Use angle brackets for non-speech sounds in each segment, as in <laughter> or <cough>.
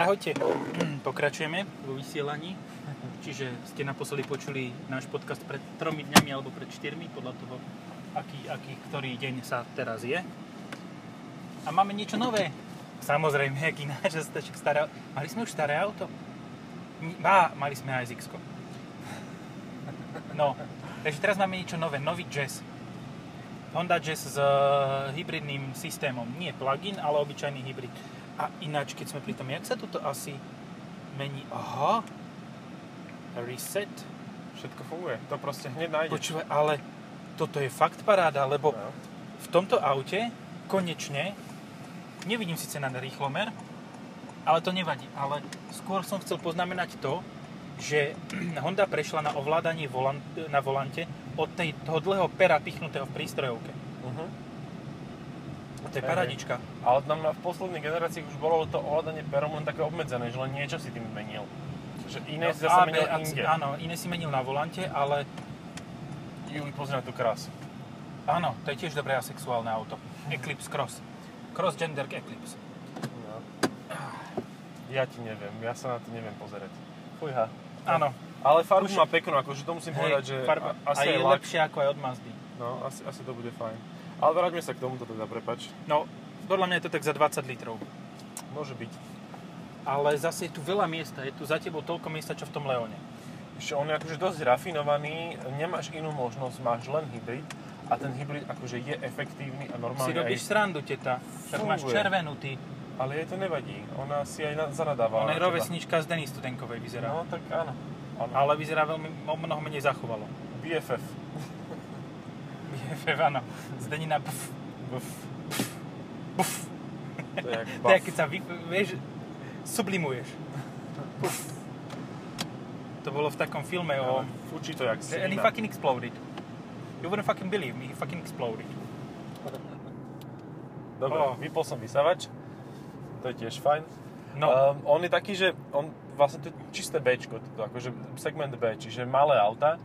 Ahojte, <clears throat> pokračujeme vo vysielaní. Čiže ste naposledy počuli náš podcast pred tromi dňami alebo pred štyrmi, podľa toho, aký, aký, ktorý deň sa teraz je. A máme niečo nové. Samozrejme, jak ináč, že ste však staré... Mali sme už staré auto? Ni- Á, mali sme aj zx No, takže teraz máme niečo nové, nový Jazz. Honda Jazz s e, hybridným systémom. Nie plug-in, ale obyčajný hybrid. A ináč, keď sme pri tom, jak sa toto asi mení? Aha, reset. Všetko funguje. To proste hneď nájde. Počúvaj, ale toto je fakt paráda, lebo No. v tomto aute konečne, nevidím síce na rýchlomer, ale to nevadí, ale skôr som chcel poznamenať to, že <clears throat> Honda prešla na ovládanie volan, na volante od tej, toho dlhého pera pichnutého v prístrojovke. Uh-huh. To je Hej, paradička. Ale tam v posledných generáciách už bolo to ovládanie perom len také obmedzené, že len niečo si tým menil. Že iné si zase No, A, B, menil a C, inde. Áno, iné si menil na volante, ale Juj, pozri na tú krasu. áno, to je tiež dobré asexuálne auto. Eclipse Cross. Cross Gender Eclipse. No. Ja ti neviem, ja sa na to neviem pozerať. Fujha. Áno, Ale farbu Už- má peknú, akože to musím povedať, že farba, a, a je asi aj lak, lepšia ako aj od Mazdy. no, asi, asi to bude fajn. Ale vráťme sa k tomuto teda, prepač. No, podľa mňa je to tak za 20 litrov. Môže byť. Ale zase je tu veľa miesta, je tu za tebou toľko miesta, čo v tom Leone. Ešte on je akože dosť rafinovaný, nemáš inú možnosť, máš len hybrid a ten hybrid akože je efektívny a Si normálne robíš aj, srandu, teta. Však máš Funguje. červenú, ty. ale jej to nevadí, ona si aj na, zanadáva. Ona je teda. na teba. rovesnička z Denis Studenkovej vyzerá. No tak áno, áno. Ale Ale vyzerá veľmi, o mnoho menej <laughs> zachovalo. BFF. BFF, áno. Z Denina pf. Bf. Pf. To je jak <laughs> To je, buff. keď sa vy, vieš, sublimuješ. Pf. To bolo v takom filme o... Ale Fučí to jak And he slina. fucking exploded. You wouldn't fucking believe me, he fucking exploded. Dobre, Oh. vypol som vysavač. To je tiež fajn. No, Um, on je taký, že on vlastne to je čisté B, akože segment B, čiže malé auta,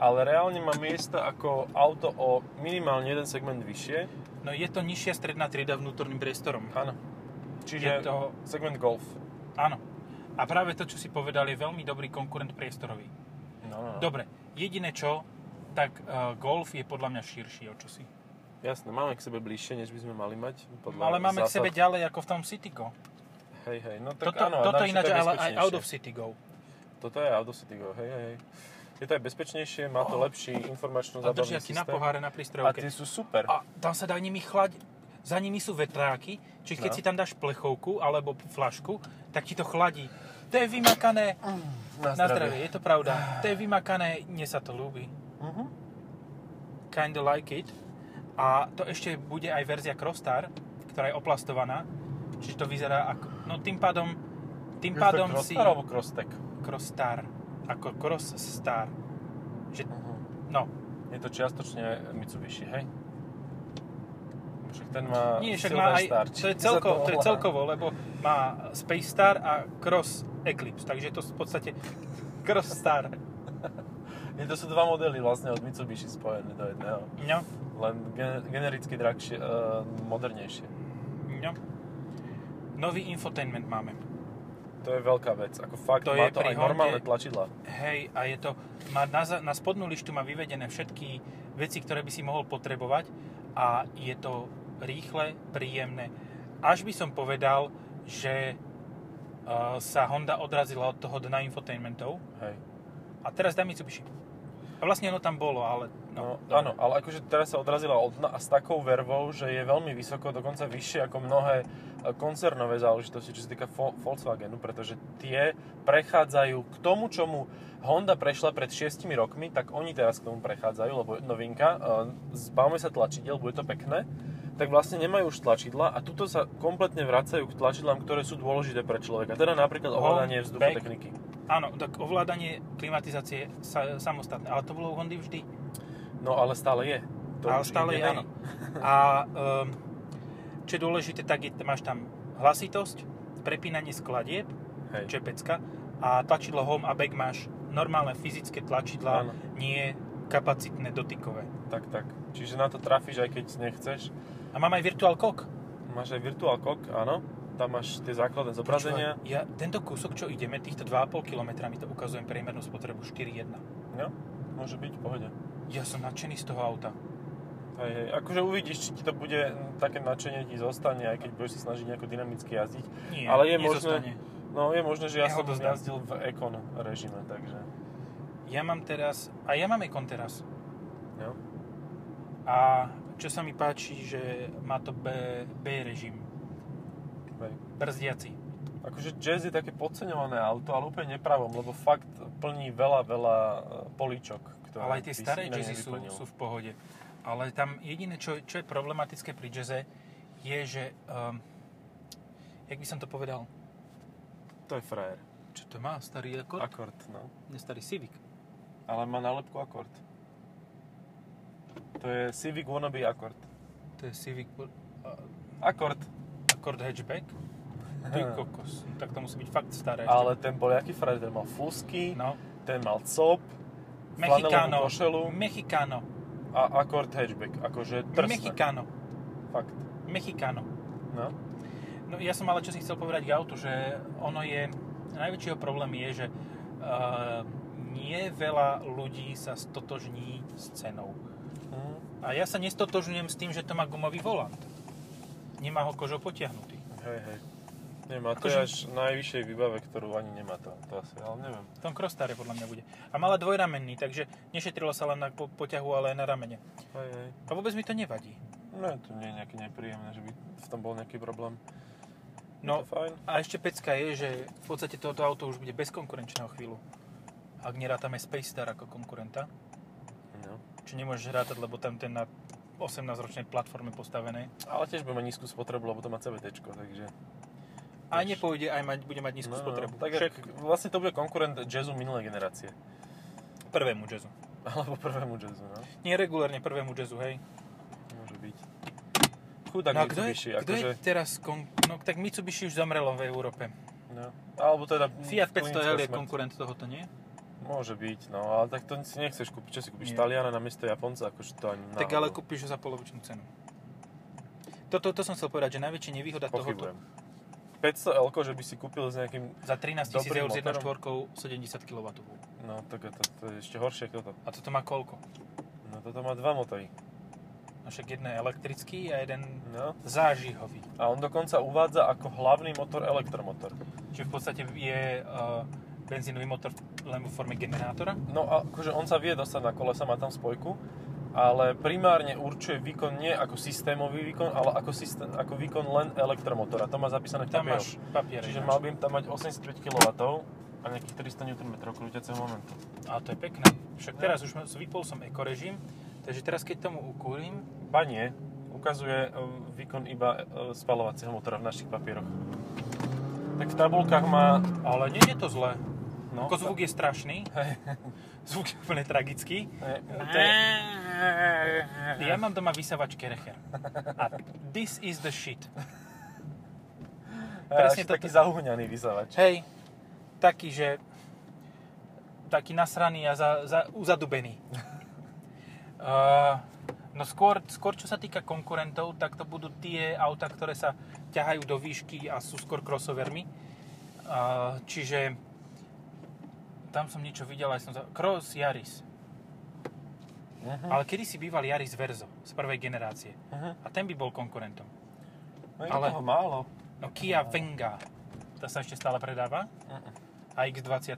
ale reálne má miesta ako auto o minimálne jeden segment vyššie. no je to nižšia stredná trieda vnútorným priestorom. Áno. Je Čiže to- segment Golf. Áno. A práve to, čo si povedal, je veľmi dobrý konkurent priestorový. No, no, no. Dobre, jediné čo, tak uh, golf je podľa mňa širší o čosi. Jasné, máme k sebe bližšie, než by sme mali mať. Podľa Ale máme k zásad. sebe ďalej ako v tom Citygo. Hej, hej, no tak Toto, áno. a toto navyše to ináč je ale aj bezpečnejšie. out of Citygo. Toto je Auto City Go, hej, hej. hej. Je to aj bezpečnejšie, má to Oh. lepší informačno A zábavný držia ti systém. na poháre, na a prístrojovke. tie sú super. A tam sa dá nimi chlad... Za nimi sú vetráky, či keď No. si tam dáš plechovku alebo flašku, tak ti to chladí. To je vymakané na zdravie, je to pravda. To je vymakané, mne sa to ľúbi. Mhm. Kinda like it. A to ešte bude aj verzia Crossstar, ktorá je oplastovaná. Čiže to vyzerá ako... No tým pádom... Tým Je to pádom si... Crossstar alebo Crosstech? Crossstar. Ako Crossstar. Že... Mhm. No. Je to čiastočne Mitsubishi, hej? Však ten má Nie, však Silver má aj... Star. To je, Či- <laughs> celkovo, za to je volá? celkovo, lebo má Space Star a Cross Eclipse. Takže je to v podstate Crossstar. Nie, to sú dva modely vlastne od Mitsubishi spojené do jedného. No. Len gen- genericky drahšie, uh, modernejšie. No. Nový infotainment máme. To je veľká vec. Ako fakt, To má je to pri aj normálne Honde- tlačidla. Hej, a je to, má na, za- na spodnú lištu má vyvedené všetky veci, ktoré by si mohol potrebovať a je to rýchle, príjemné. Až by som povedal, že uh, sa Honda odrazila od toho dna infotainmentov Hej. a teraz dá Mitsubishi. A vlastne ono tam bolo, ale... No, No, áno, ale akože teraz sa odrazila od dna a s takou vervou, že je veľmi vysoko, dokonca vyššie ako mnohé e, koncernové záležitosti, čo sa týka Vo- Volkswagenu, pretože tie prechádzajú k tomu, čomu Honda prešla pred 6 rokmi, tak oni teraz k tomu prechádzajú, lebo je novinka, e, zbavme sa tlačidiel, bude to pekné, tak vlastne nemajú už tlačidla a tuto sa kompletne vracajú k tlačidlám, ktoré sú dôležité pre človeka. Teda napríklad Home, ovládanie back. vzduchotechniky. Áno, tak ovládanie klimatizácie sa, samostatné, ale to bolo u Hondy vždy. No ale stále je. To ale už stále je, ide hej. áno. A um, čo je dôležité, tak je, máš tam hlasitosť, prepínanie skladieb, Hej. čo je pecka, a tlačidlo home a back máš normálne fyzické tlačidla, Áno. nie kapacitné dotykové. Tak, tak. Čiže na to trafíš, aj keď nechceš. A mám aj virtual cock. Máš aj Virtual Cock, áno. tam máš tie základné zobrazenia. Počúvaj, Ja, tento kúsok, čo ideme, týchto 2,5 km, mi to ukazujem priemernú spotrebu 4,1. No, môže byť, v pohode. Ja som nadšený z toho auta. Hej, hej. Akože uvidíš, či ti to bude mm, také nadšenie ti zostane, aj keď budeš sa snažiť nejako dynamicky jazdiť. Nie, Ale je nezostane. No je možné, že ja, Ja ho som dozdám. jazdil v Econ režime, takže... Ja mám teraz, a ja mám Ekon teraz. No. A čo sa mi páči, že má to B, B režim, Hej. brzdiaci. Akože Jazz je také podceňované auto, ale úplne nepravom, lebo fakt plní veľa, veľa e, políčok. Ktoré Ale aj tie by si staré inak jazzy sú, nevyplnil. sú v pohode. Ale tam jediné, čo, čo je problematické pri jazze, je, že... Um, jak by som to povedal? To je frajer. Čo to má? Starý Accord? Akord, no. Nie, starý Civic. Ale má nálepku Akord. To je Civic wannabe Akord. To je Civic uh, Akord. Accord Hatchback. Ty kokos. No, tak to musí byť fakt staré. Ale ten bol jaký frajer, ten mal fusky, no. No. ten mal cop, flanelovú Mexicano. košelu Mexicano. a Akord hatchback. Akože trsne. Mexicano. Fakt. Mexicano. No. No ja som ale čo si chcel povedať k autu, že ono je, najväčšieho problém je, že uh, nie veľa ľudí sa stotožní s cenou. Mm. A ja sa nestotožňujem s tým, že to má gumový volant. Nemá ho kožou potiahnutý. Hej, hej. Nemá, to Akože- je až najvyššej výbave, ktorú ani nemá to, to asi, ale neviem. V tom Crostare podľa mňa bude. A mala dvojramenný, takže nešetrilo sa len na po- poťahu, ale aj na ramene. Hej, hej. A vôbec mi to nevadí. No, to nie je nejaké nepríjemné, že by v tom bol nejaký problém. No Je to fajn. a ešte pecka je, že v podstate toto auto už bude bezkonkurenčné o chvíľu. Ak nerátame Space Star ako konkurenta. No. čo nemôžeš rátať, lebo tam ten na 18-ročnej platforme postavené. Ale tiež bude mať nízku spotrebu, lebo to má CVT, takže... A Už. nepôjde, aj mať, bude mať nízku no, spotrebu. tak Však ak- vlastne to bude konkurent jazzu minulej generácie. <laughs> prvému jazzu. Alebo prvému jazzu, no. Nie regulárne prvému jazzu, hej. Môže byť. Chudák no a kto je, Mitsubishi, kto je akože... teraz... Kon... No tak Mitsubishi už zomrelo v Európe. No. Alebo teda... Fiat 500L je klinická smrť. konkurent tohoto, nie? Môže byť, no, ale tak to si nechceš kúpiť. Čo si Nie. kúpiš? Taliana na miesto Japonca, akože to ani Tak náhodou. ale kúpiš ho za polovičnú cenu. Toto to som chcel povedať, že najväčšia nevýhoda tohoto Pochybujem. 500 l že by si kúpil s nejakým... za 13 000 Dobrým eur s jednou motorom. štvorkou 70 kW. No, tak to, to je ešte horšie ako toto. A toto má koľko? No, toto má dva motory. No však jeden je elektrický a jeden No. zážihový. A on dokonca uvádza ako hlavný motor elektromotor. Čiže v podstate je uh, benzínový motor len vo forme generátora. No a akože on sa vie dostať na kolesa, má tam spojku, ale primárne určuje výkon nie ako systémový výkon, ale ako, systém, ako výkon len elektromotora. To má zapísané v Tam papieroch. máš papier. Čiže ináč. mal by im tam mať 85 kW a nejakých 300 Nm krúťaceho momentu. Ale to je pekné. Však No. teraz už ma- vypol som ekorežim, takže teraz keď tomu ukúrim, Ba nie, ukazuje e, výkon iba e, spalovacieho motora v našich papieroch. Tak v tabulkách má... ale nie je to zlé. No, Ako zvuk je strašný. <laughs> Zvuk je úplne tragický. e, to je- Ja mám doma vysavač Kerecher. A this is the shit. e, presne až toto. taký zahúňaný vysávač. Hej, taký, že taký nasraný a za, za, uzadubený. Uh, no skôr, skôr, čo sa týka konkurentov, tak to budú tie auta, ktoré sa ťahajú do výšky a sú skôr crossovermi. Uh, čiže tam som niečo videl, aj som za... Cross Yaris. Mhm. Ale kedy si býval Yaris Verzo z prvej generácie. Mhm. A ten by bol konkurentom. No je Ale- toho málo. No Kia Venga. Tá sa ešte stále predáva. Mhm. A X20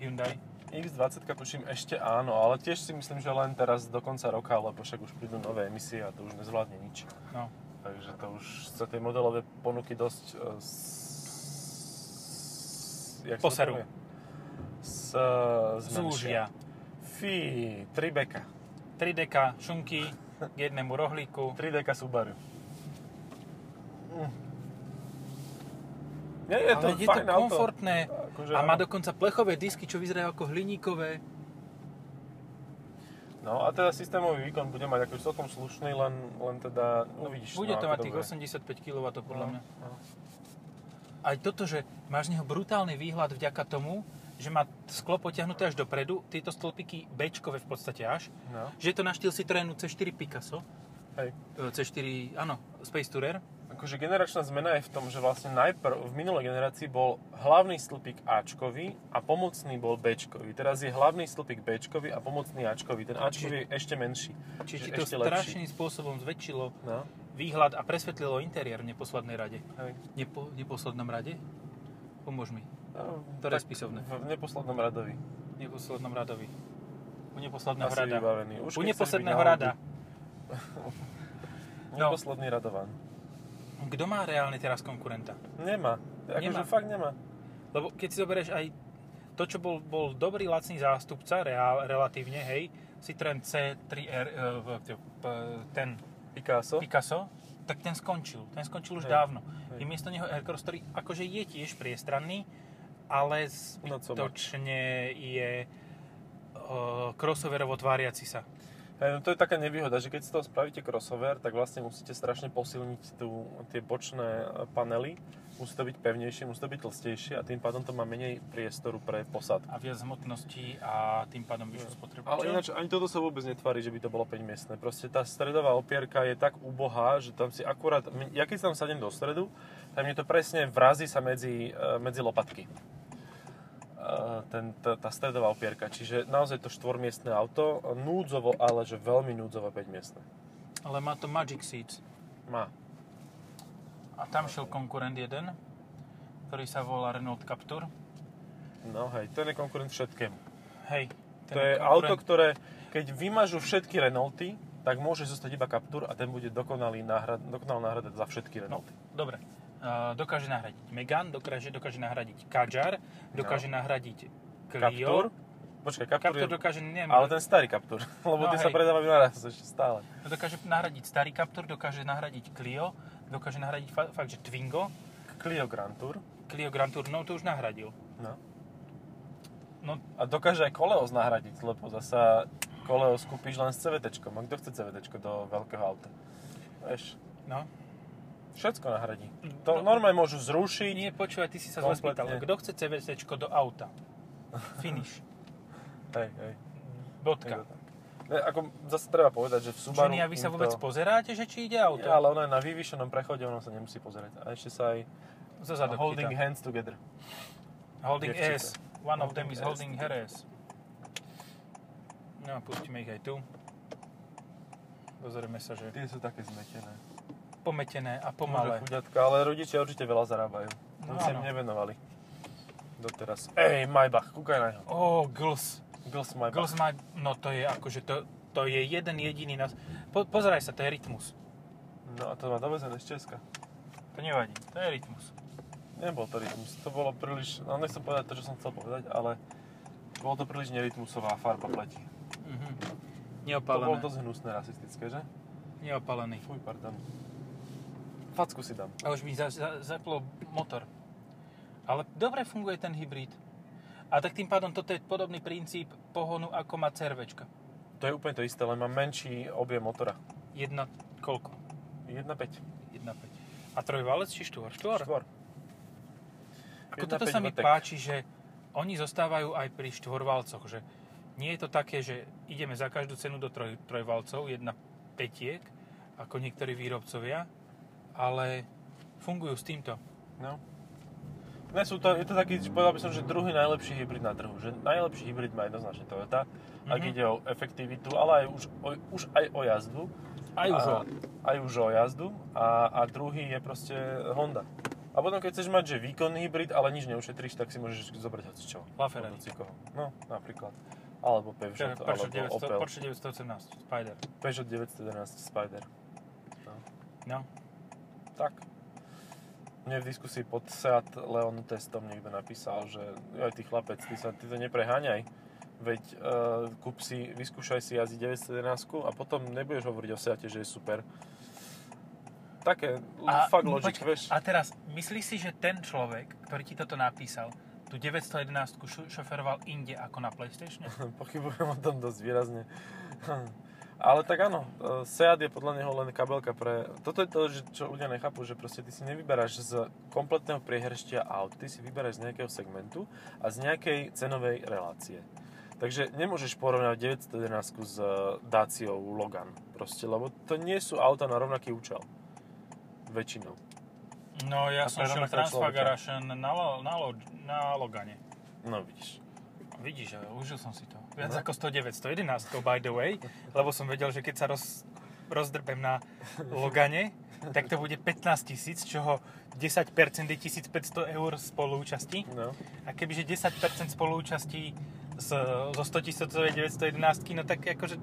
Hyundai. X20 tuším ešte áno, ale tiež si myslím, že len teraz do konca roka, lebo však už prídu nové emisie a to už nezvládne nič. No. Takže to už sa tie modelové ponuky dosť... e, s... jak sa to Poserú. povie? S... Zúžia. Fí, 3DK. 3DK šunky k jednému rohlíku. 3DK Subaru. Mm. Nie, je to Ale je to fajn auto. komfortné Akože a má áno. dokonca plechové disky, čo vyzerajú ako hliníkové. No a teda systémový výkon bude mať akože celkom slušný, len, len teda uvidíš. Bude no, to ako mať tých bude. 85 kW podľa No, mňa. no. Aj toto, že máš z neho brutálny výhľad vďaka tomu, že má sklo potiahnuté až dopredu, tieto stĺpiky Bčkové v podstate až, No. že je to na štýl Citroenu C4 Picasso, Hej. e, C4, áno, Space Tourer, akože generačná zmena je v tom, že vlastne najprv v minulej generácii bol hlavný stĺpik Ačkový a pomocný bol Bčkový. Teraz je hlavný stĺpik Bčkový a pomocný Ačkový. Ten Ačkový je ešte menší. Čiže ti Čiže to ešte lepší. strašným spôsobom zväčšilo No, výhľad a presvetlilo interiér v neposlednej rade. hej. Nepo, neposlednom rade? Pomôž mi. No, Ktoré tak spisovné? V neposlednom radovi. V neposlednom radovi. U neposledného Asi rada. vybavený. U Už keď chceš byť neposledného na rada. hobby. No. Neposledný radovan. Kto má reálne teraz konkurenta? Nemá. Akože Nemá. fakt nemá. Lebo keď si zoberieš aj to, čo bol, bol dobrý lacný zástupca, reál, relatívne, hej, Citroen C3R, e, v- t- p- ten Picasso. Picasso, tak ten skončil. Ten skončil už Hej. dávno. Hej. Je miesto neho Aircross, ktorý akože je tiež priestranný, ale Unacoma. zbytočne je uh, crossoverovo tváriaci sa. Hej, no to je taká nevýhoda, že keď z toho spravíte crossover, tak vlastne musíte strašne posilniť tú, tie bočné e, panely. Musí to byť pevnejšie, musí to byť tlstejšie a tým pádom to má menej priestoru pre posádku. a viac hmotnosti a tým pádom vyššiu spotrebu. Čo? Ale ináč ani toto sa vôbec netvári, že by to bolo 5 miestne. Proste tá stredová opierka je tak ubohá, že tam si akurát... mne- Ja keď tam sadem do stredu, tak mne to presne vrazí sa medzi, e, medzi lopatky. E, Ten, tá, tá stredová opierka. Čiže naozaj to štvormiestne auto, núdzovo, ale že veľmi núdzovo 5 miestne. ale má to Magic Seats. Má. A tam šiel konkurent jeden, ktorý sa volá Renault Captur. No hej, ten je konkurent všetkému. Hej, ten to je konkurent- auto, ktoré, keď vymažu všetky Renaulty, tak môže zostať iba Captur a ten bude dokonalý náhrad, dokonalá náhrada za No, všetky Renaulty. dobre. Uh, dokáže nahradiť Megan, dokáže, dokáže nahradiť Kadjar, dokáže nahradiť No. Captur? Clio. Počkaj, Captur, Captur je, dokáže, neviem, ale ten starý Captur, <laughs> lebo No tie sa hej. predávajú naraz ešte stále. dokáže nahradiť starý Captur, dokáže nahradiť Clio, dokáže nahradiť fa- fakt, že Twingo. Clio Grand Tour. Clio Grand Tour, no to už nahradil. No. No, A dokáže aj Koleos nahradiť, lebo zasa Koleos kúpiš len s CVT. A kto chce CVT do veľkého auta? Vieš, no. všetko nahradí. To No. normálne môžu zrušiť. Nie, počúvaj, ty si sa zle Kompletne. spýtal. Kto chce CVC do auta? <laughs> Finish. Hej, hej. Bodka. Ne, ako zase treba povedať, že v Subaru... Ženy, a vy sa im vôbec to... pozeráte, že či ide auto? Ja, ale ona je na vyvýšenom prechode, ona sa nemusí pozerať. A ešte sa aj Za zadok holding chytá. hands together. holding Devčita. S. One of them is holding Holding her S. No a pustíme ich aj tu. Pozrieme sa, že Tie sú také zmetené. pometené a Malé. pomalé. Chuďatka, ale rodičia určite veľa zarábajú. No, No sa im áno. nevenovali. Doteraz. Ej, Maybach, kúkaj na neho. Ó, gls. Gls Maybach. Gls má, no to je akože, to, to je jeden jediný nás. Po, pozeraj sa, to je rytmus. No a to má dovezené z Česka. To nevadí, to je rytmus. Nebol to rytmus. To bolo príliš... No nechcem povedať to, čo som chcel povedať, ale... Bolo to príliš nerytmusová farba pleti. Mhm. To bolo Neopálené. dosť hnusné rasistické, že? Neopálený. Fuj, pardon. Facku si dám. A už mi za, za, zaplo motor. Ale dobre funguje ten hybrid. A tak tým pádom toto je podobný princíp pohonu, ako má CRVčka. To je úplne to isté, len má menší objem motora. Jedna, koľko? 1,5. 1,5. A trojvalec či štvor? Štvor. Štvor. Ako toto sa mi páči, že oni zostávajú aj pri štvorvalcoch, že nie je to také, že ideme za každú cenu do troj, trojvalcov, jedna petiek, ako niektorí výrobcovia, ale fungujú s týmto. No. Ne, sú to, je to taký, že povedal by som, že druhý najlepší hybrid na trhu. Že najlepší hybrid má jednoznačne Toyota, mm-hmm. ak Mhm. ide o efektivitu, ale aj už, o, už aj o jazdu. Aj už a, ho. aj už o jazdu. A, a druhý je proste Honda. A potom, keď chceš mať, že výkonný hybrid, ale nič neušetríš, tak si môžeš zobrať hoci čo. LaFerrari. No, napríklad. Alebo Peugeot, Porsche 900 alebo Opel. Porsche 918 Spider. Peugeot 911 Spider. No. Tak. Mne v diskusii pod Seat Leon testom niekto napísal, že aj ty chlapec, ty, sa, ty to nepreháňaj. Veď uh, kúp si, vyskúšaj si jazdiť 911 a potom nebudeš hovoriť o Seate, že je super. Také, a, fakt no, logic, počkaj, vieš. A teraz, myslíš si, že ten človek, ktorý ti toto napísal, tu 911 šo- šoferoval inde ako na <laughs> Playstation? Pochybujem o tom dosť výrazne. Ale tak áno, e, Seat je podľa neho len kabelka pre... Toto je to, že, čo ľudia nechápu, že proste ty si nevyberáš z kompletného priehrštia aut, ty si vyberáš z nejakého segmentu a z nejakej cenovej relácie. Takže nemôžeš porovnať 911 s e, Daciou Logan, proste, lebo to nie sú auta na rovnaký účel. väčšinou. No ja A som šiel prerovnakého Transfagarašen na, Lo- na, Lo- na Logane. No vidíš. Vidíš, ale užil som si to. Viac No. ako 109, 111 by the way, lebo som vedel, že keď sa roz, rozdrbem na Logane, tak to bude 15 tisíc, čoho 10% je 1500 eur spolúčasti. No. A kebyže 10% spolúčasti z, zo 100 tisícovej 911, no tak akože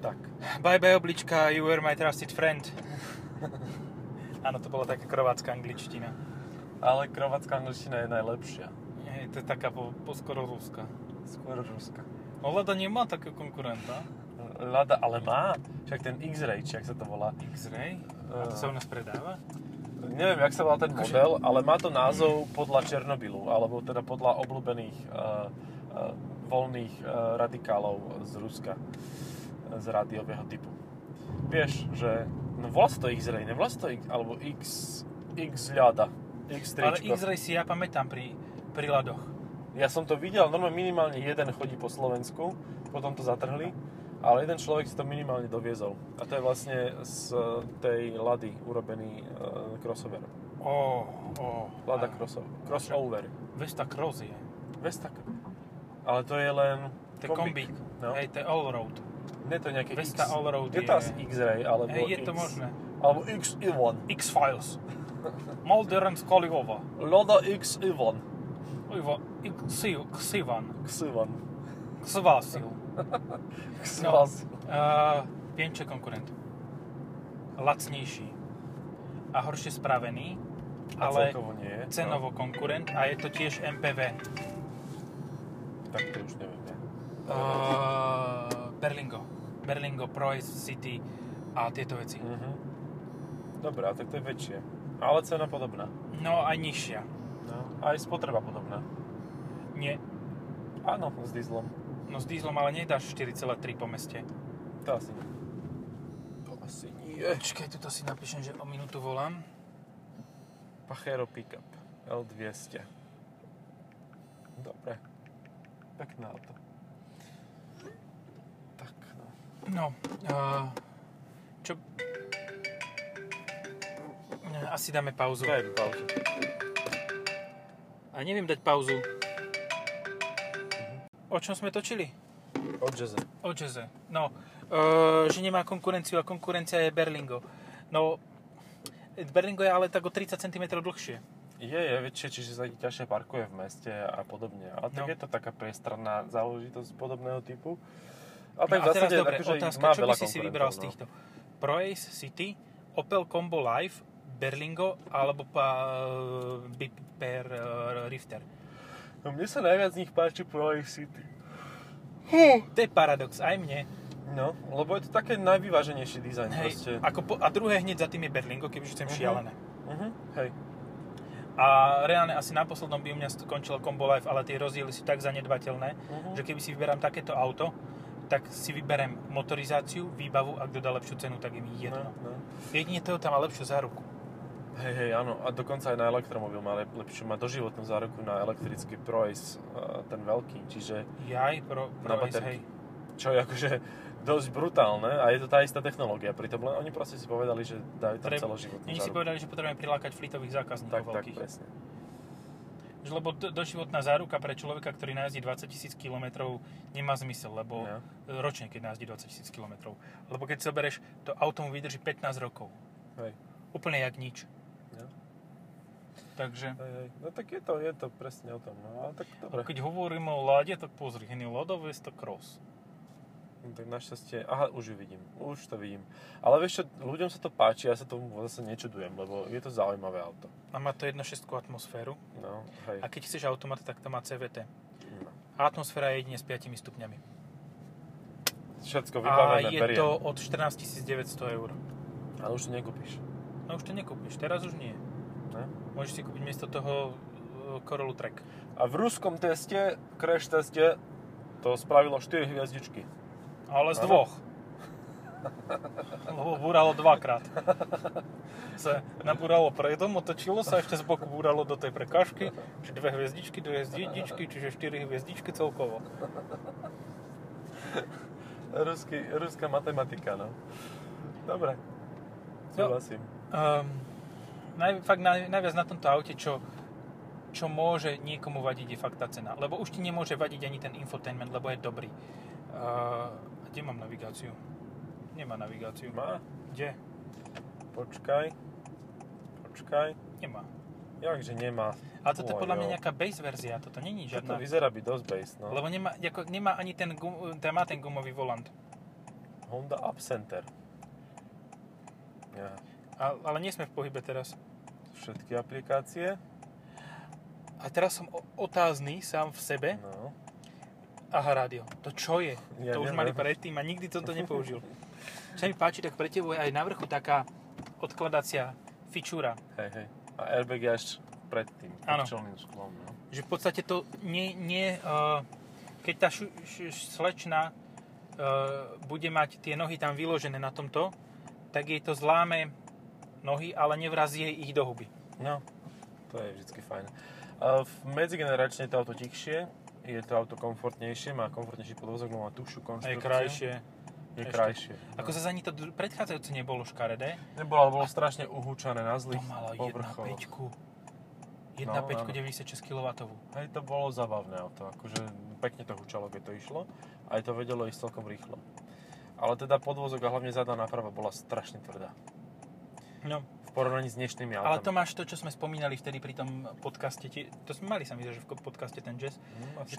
Tak. bye bye oblička, you were my trusted friend. Áno, to bola taká krovácka angličtina. Ale krovatská angličtina je najlepšia. Je to je taká po, poskoro ruská. Skôr ruská. No Lada nemá takého konkurenta. Lada, ale má. Však ten X-Ray, či jak sa to volá. Eh, X-Ray. A to sa u nás predáva? Neviem, jak sa volá ten Akože- model, ale má to názov podľa Černobylu, alebo teda podľa obľúbených uh, uh, voľných uh, radikálov z Ruska, eh, z rádiového typu. Vieš, že... No volá sa to X-Ray, nevolá sa to X, alebo X... X ľada. X Ale X-Ray si ja pamätám pri, pri Ladoch. Ja som to videl, normálne minimálne jeden chodí po Slovensku, potom to zatrhli, ale jeden človek si to minimálne doviezol. A to je vlastne z tej Lady urobený uh, crossover. Ó, ó. Lada áno. crossover. crossover. Vesta Cross je. Vesta. Ale to je len... To je kombík. No. Hej, to je Allroad. Nie to nejaké Vesta X. Allroad Je je- to asi X-Ray, alebo Hej, je X. to možné. Alebo X Ivon. <laughs> X-Files. Modern Skolivova. Lada X Ivon. Ivo, Xiv- Xivan. Xivon. Xvasil. No, Xval. Uh, viem, čo je konkurent. Lacnejší. A horšie spravený. A Ale celkovo nie je. cenovo konkurent a je to tiež MPV. No, tak to už neviem. Ne? Uh, Berlingo. Berlingo, Proiz, City a tieto veci. Mhm. Dobre, a tak to je väčšie. Ale cena podobná. No aj nižšia. No. Aj spotreba podobná. Nie, Áno, s dieslom. no s dízlom ale nedáš 4,3 po meste. To asi nie. To asi nie. Počkaj, tuto si napíšem, že o minútu volám. Pajero Pickup L200. Dobre. Pekné auto. Tak no. No, uh, čo... Asi dáme pauzu. Daj mi pauzu. A neviem dať pauzu. O čom sme točili? Od Jazza. O jazze. No, e, že nemá konkurenciu a konkurencia je Berlingo. No, Berlingo je ale tak o 30 cm dlhšie. Je, je väčšie, čiže sa ti ťažšie parkuje v meste a podobne. Ale tak No. je to taká priestranná záležitosť podobného typu. A No tak a v teraz zásade, dobre, akože otázka, má čo by veľa si si konkurentov, vybral z no. týchto? Pro Ace City, Opel Combo Life, Berlingo alebo pa, e, Biper e, Rifter. No mne sa najviac z nich páči Prolife City. To je paradox, aj mne. No, lebo je to také najvyváženejší dizajn proste. Hej, ako po, a druhé hneď za tým je Berlingo, kebyže chcem Mhm. šialené. Mhm, hej. A reálne asi na poslednom by u mňa skončilo Combo Life, ale tie rozdiely sú tak zanedbateľné, Mhm. že keby si vyberám takéto auto, tak si vyberem motorizáciu, výbavu a kto dá lepšiu cenu, tak je mi No, jedno. no. Jedine Toyota má lepšiu záruku. Hej, hej, áno. A dokonca aj na elektromobil má lep, lepšiu, má doživotnú záruku na elektrický Proace, eh, ten veľký. Čiže, Jaj, pro, Na pro Ace, hej. baterky. čo je akože dosť brutálne a je to tá istá technológia. Pritom len oni proste si povedali, že dajú tam Treba- celoživotnú Oni si záruku. povedali, že potrebujeme prilákať flitových zákazníkov Tak, tak, veľkých. presne. Že Lebo do, doživotná záruka pre človeka, ktorý najazdí 20 tisíc km, nemá zmysel, lebo No. ročne, keď najazdí 20 tisíc km. Lebo keď si zoberieš, to auto mu vydrží 15 rokov. Hej. Úplne jak nič. No. Takže, Hej, hej. No tak je to, je to presne o tom. No, ale tak dobre. keď hovoríme o Lade, tak pozri, hneď Ladov je to cross. No, Tak našťastie, aha, už ju vidím, už to vidím. Ale vieš čo, ľuďom sa to páči, ja sa tomu zase nečudujem, lebo je to zaujímavé auto. A má to 1.6 atmosféru. No, hej. A keď chceš automat, tak to má CVT. No. A atmosféra je jedine s 5 stupňami. Všetko A vybavené, je beriem. to od 14 900 eur. Ale už to nekúpiš. No už to nekúpiš, teraz už nie. Ne? Môžeš si kúpiť miesto toho e, Corolla Trek. A v ruskom teste, crash teste, to spravilo 4 hviezdičky. Ale z Áno. dvoch. Lebo búralo dvakrát. Sa nabúralo predom, otočilo sa, ešte z boku búralo do tej prekážky. Čiže dve hviezdičky, dve hviezdičky, čiže štyri hviezdičky celkovo. Rusky, ruská matematika, no. Dobre, súhlasím. Um, naj, fakt naj, najviac na tomto aute, čo, čo môže niekomu vadiť, je fakt tá cena. Lebo už ti nemôže vadiť ani ten infotainment, lebo je dobrý. Uh, kde mám navigáciu? Nemá navigáciu. Má? Kde? Počkaj. Počkaj. Nemá. Jakže nemá. A toto je Oj, podľa mňa jo. nejaká base verzia, toto není Toto žiadna. vyzerá byť dosť base, no. Lebo nemá, ako, nemá ani ten, gum, teda má ten gumový volant. Honda Absenter. Ja. A, ale nie sme v pohybe teraz. Všetky aplikácie? A teraz som o- otázny sám v sebe. No. Aha, rádio. To čo je? Ja to už neviem. mali predtým a nikdy som to nepoužil. <laughs> čo mi páči, tak pre tebou je aj na vrchu taká odkladacia fičúra. Hej, hej. A airbag je až predtým, Áno. pod čelným sklom, no. Že v podstate to nie... nie uh, keď tá šu, š, š, slečna uh, bude mať tie nohy tam vyložené na tomto, tak jej to zláme nohy, ale nevrazí jej ich do huby. No, to je vždycky fajn. A v- medzigeneračne je to auto tichšie, je to auto komfortnejšie, má komfortnejší podvozok, no má A je tuššiu konštrukciu. krajšie. Je ešte. krajšie. No. Ako sa ani to dru- predchádzajúce nebolo škaredé. Nebolo, ale bolo strašne uhúčané na To zlých malo 1.5. povrchoch. 1.5 No, áno. 96 kW. Hej, to bolo zabavné auto, akože pekne to hučalo, keď to išlo. Aj to vedelo ísť celkom rýchlo. Ale teda podvozok a hlavne zadná náprava bola strašne tvrdá. No, V porovnaní s dnešnými autami. Ale to máš to, čo sme spomínali vtedy pri tom podcaste, tie- to sme mali sa mi zdá, že v ko- podcaste ten jazz, Hm, asi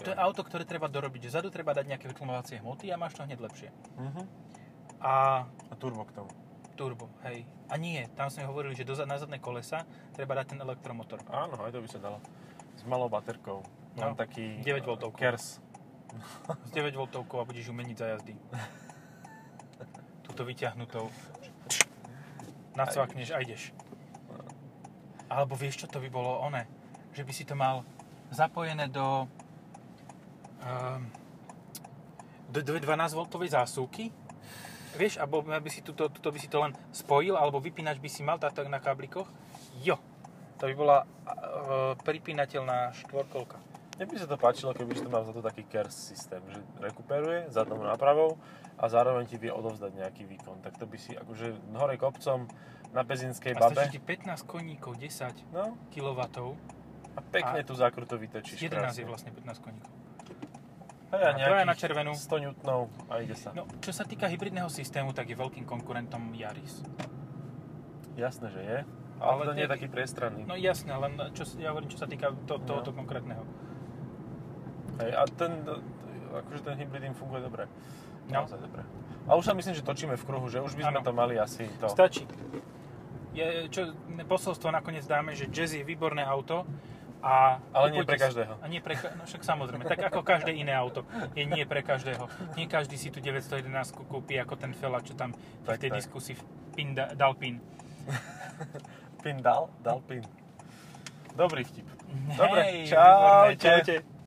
že to je aj. auto, ktoré treba dorobiť, že zadu treba dať nejaké vytlmovacie hmoty a máš to hneď lepšie. Mhm. A A turbo k tomu. turbo, hej. A nie, tam sme hovorili, že dozad, na zadné kolesa treba dať ten elektromotor. Áno, aj to by sa dalo. S malou baterkou. No, Mám taký... 9 eh, voltovku. Kers. S 9 V a budeš ju meniť za jazdy. Tuto vyťahnutou. Nacvakneš a ideš. Alebo vieš, čo to by bolo one? Že by si to mal zapojené do... Um, do do 12 V zásuvky. Vieš, alebo by si tuto, tuto by si to len spojil, alebo vypínač by si mal táto na káblikoch. Jo, to by bola uh, pripínateľná štvorkolka. Mne by sa to páčilo, keby to mal za to taký kers systém, že rekuperuje zadnou nápravou a zároveň ti vie odovzdať nejaký výkon. Tak to by si akože hore kopcom na Pezinskej A stačí babe. ti 15 koníkov, 10 No, kW. A pekne A- tu zákruto vytočíš. 11 krásne. je vlastne 15 koníkov. Hej, a A nejakých dvaja na červenú. 100 newtonov a ide sa. No. No, čo sa týka hybridného systému, tak je veľkým konkurentom Yaris. Jasné, že je. Ale, Ale to nie je ne- taký priestranný. No jasné, len čo, ja hovorím, čo sa týka to, tohoto No. konkrétneho. Hej, a ten, t- akože ten hybrid im funguje dobre. No. Naozaj dobre. A už sa myslím, že točíme v kruhu, že už by sme Áno. to mali asi to. Stačí. Je, čo, posolstvo nakoniec dáme, že Jazz je výborné auto, a Ale nie kúpujte pre si- každého. A nie pre, ka- no však samozrejme, tak ako každé iné auto, je nie pre každého. Nie každý si tu 911 kúpi ako ten fela, čo tam v Tak, tej tak. diskusii pin, da- dal pin. Pin dal, dal pin. Dobrý vtip. Dobre, Hej, čaute. výborné, čaute.